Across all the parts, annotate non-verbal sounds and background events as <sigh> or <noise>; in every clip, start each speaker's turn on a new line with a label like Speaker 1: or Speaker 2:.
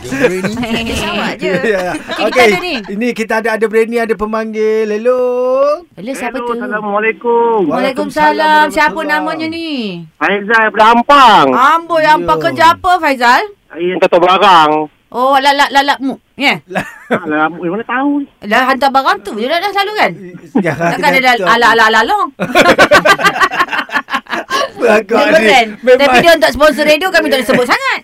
Speaker 1: Brainy.
Speaker 2: <laughs>
Speaker 3: Dia sawat je.
Speaker 4: Ya.
Speaker 3: Okey, kita ada ni.
Speaker 4: Ini kita ada ada Brainy, ada pemanggil. Hello.
Speaker 3: Hello, siapa
Speaker 2: Hello,
Speaker 3: tu?
Speaker 2: Assalamualaikum.
Speaker 3: Waalaikumsalam. Siapa
Speaker 4: Waalaikumsalam.
Speaker 3: namanya ni?
Speaker 2: Faizal daripada Ampang.
Speaker 3: Amboi,
Speaker 4: Ya.
Speaker 3: ampak kerja apa Faizal?
Speaker 2: Saya hantar barang.
Speaker 3: Oh, lalak lalak mu. Ya.
Speaker 4: Lah.
Speaker 2: Alah, eh, mana tahu.
Speaker 3: Lah hantar barang tu je dah, dah selalu kan?
Speaker 4: Jangan
Speaker 3: Takkan ada
Speaker 4: jatuh.
Speaker 3: ala ala ala long.
Speaker 4: Apa agak
Speaker 3: Memang
Speaker 4: ni?
Speaker 3: kan?
Speaker 4: Memang.
Speaker 3: Tapi dia untuk sponsor radio kami tak disebut
Speaker 4: <laughs>
Speaker 3: sangat.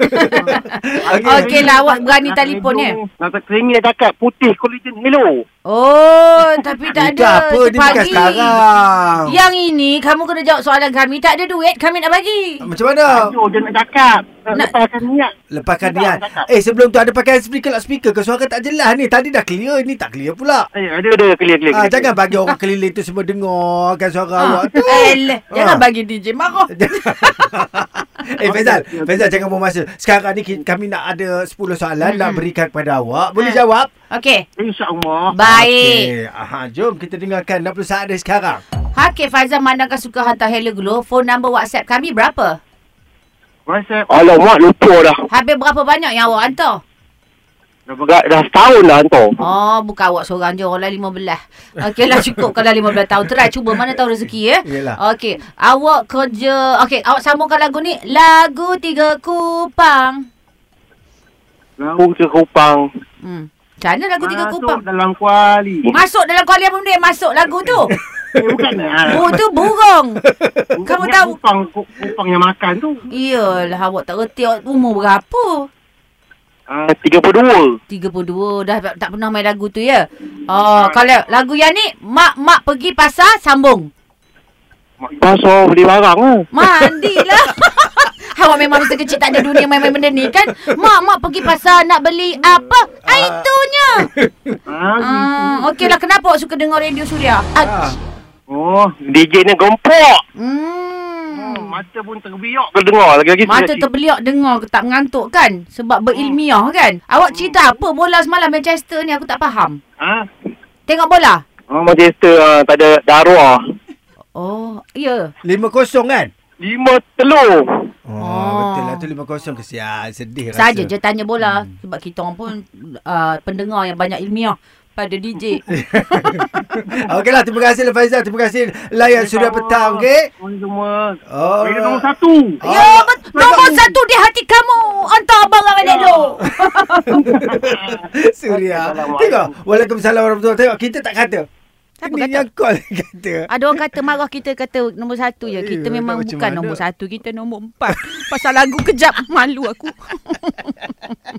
Speaker 4: Okey.
Speaker 3: Okey lah, awak berani telefon ya?
Speaker 2: Nak teringin dah cakap putih collagen hello.
Speaker 3: Oh, tapi tak
Speaker 4: Itu
Speaker 3: ada. Ya.
Speaker 4: apa?
Speaker 3: Tu
Speaker 4: Dia bukan
Speaker 3: pagi.
Speaker 4: sekarang.
Speaker 3: Yang ini kamu kena jawab soalan kami. Tak ada duit, kami nak bagi.
Speaker 4: Macam mana?
Speaker 2: Aduh, dia nak cakap.
Speaker 3: Oh. Nak-
Speaker 2: Nak lepaskan niat.
Speaker 4: Lepaskan
Speaker 2: Cakap,
Speaker 4: Dian.
Speaker 2: cakap.
Speaker 4: Eh sebelum tu ada pakai speaker lah speaker ke suara tak jelas ni. Tadi dah clear ni tak clear pula.
Speaker 2: Eh, ada, ada. Clear, clear.
Speaker 4: Ah,
Speaker 2: clear.
Speaker 4: jangan bagi orang keliling tu semua dengar kan suara awak tu.
Speaker 3: Eh, leh,
Speaker 4: Ah.
Speaker 3: jangan bagi DJ marah.
Speaker 4: <laughs> eh Faizal, Faizal jangan buang masa. Sekarang ni ki- kami nak ada 10 soalan nak berikan kepada awak. Boleh
Speaker 3: Hmm.
Speaker 4: jawab?
Speaker 3: Okey.
Speaker 2: Eh, InsyaAllah.
Speaker 3: Baik.
Speaker 4: Okey. Aha, jom kita dengarkan 60 saat dari sekarang.
Speaker 3: Hakif Faizal Mandangkan suka hantar hello glow. Phone number WhatsApp kami berapa?
Speaker 2: WhatsApp. Alamak, lupa dah.
Speaker 3: Habis berapa banyak yang awak hantar?
Speaker 2: Dah, dah, dah setahun dah hantar.
Speaker 3: Oh, bukan awak seorang je. Orang lain 15. Okeylah cukup kalau 15 tahun. Try cuba mana tahu rezeki ya.
Speaker 4: Yalah.
Speaker 3: Okey. Awak kerja... Okey, awak sambungkan lagu ni. Lagu Tiga Kupang.
Speaker 2: Lauk ke kupang.
Speaker 3: Hmm. Macam mana lagu Tiga Kupang?
Speaker 2: Masuk Ah, dalam
Speaker 3: <laughs>
Speaker 2: kuali.
Speaker 3: Masuk dalam kuali apa benda? Masuk lagu tu.
Speaker 2: Eh, bukan. ah.
Speaker 3: Bu tu burung. Oh, Kamu
Speaker 2: Ni
Speaker 3: tahu?
Speaker 2: Kupang, ku- kupang yang makan tu.
Speaker 3: Iyalah, awak tak reti awak umur berapa.
Speaker 2: Ah, 32.
Speaker 3: 32 dah tak tak pernah main lagu tu ya. Oh, kalau lagu yang ni mak-mak pergi pasar sambung.
Speaker 2: Pasal beli barang lah.
Speaker 3: Mandilah. <laughs> Awak memang masa kecil tak ada dunia main-main benda ni kan? Mak, mak pergi pasar nak beli apa? Ah, <laughs> itunya.
Speaker 2: Ah,
Speaker 3: Hmm, okeylah kenapa awak suka dengar radio Suria?
Speaker 4: Ha.
Speaker 3: Ah.
Speaker 2: Oh, DJ ni gempok. Hmm,
Speaker 3: Hmm.
Speaker 2: mata pun terbiak kalau dengar lagi-lagi.
Speaker 3: Mata terbeliak dengar ke tak mengantuk kan? Sebab berilmiah kan? Awak cerita apa bola semalam Manchester ni aku tak faham.
Speaker 2: Ha?
Speaker 3: Tengok bola?
Speaker 2: Oh, Manchester ah, tak ada darwah.
Speaker 3: Oh, ya.
Speaker 4: 5-0 kan?
Speaker 2: Lima telur.
Speaker 4: Oh,
Speaker 3: Oh.
Speaker 4: betul lah tu 5-0 kesian sedih rasa. <laughs>
Speaker 3: Saja je tanya bola hmm. sebab kita orang pun uh, pendengar yang banyak ilmiah pada
Speaker 4: <laughs>
Speaker 3: DJ.
Speaker 4: Ya, Okeylah terima kasih lah Faizal, terima kasih layan Ya, sudah petang okey.
Speaker 2: Orang semua.
Speaker 4: Oh.
Speaker 2: Dia nombor satu.
Speaker 4: Ah.
Speaker 3: ya, bet- nombor satu di hati kamu. Hantar lah barang
Speaker 4: Ya.
Speaker 3: balik dulu.
Speaker 4: <laughs> Suria.
Speaker 2: Assalamualaikum.
Speaker 4: Tengok. Waalaikumsalam warahmatullahi wabarakatuh. Tengok kita tak kata.
Speaker 3: Siapa
Speaker 4: Ini
Speaker 3: kata?
Speaker 4: yang call <laughs> yang kata.
Speaker 3: Ada orang kata marah kita kata nombor satu je.
Speaker 4: Eh,
Speaker 3: Kita
Speaker 4: tak
Speaker 3: memang
Speaker 4: macam
Speaker 3: bukan
Speaker 4: mana.
Speaker 3: nombor satu. Kita nombor empat. Pasal lagu kejap malu aku.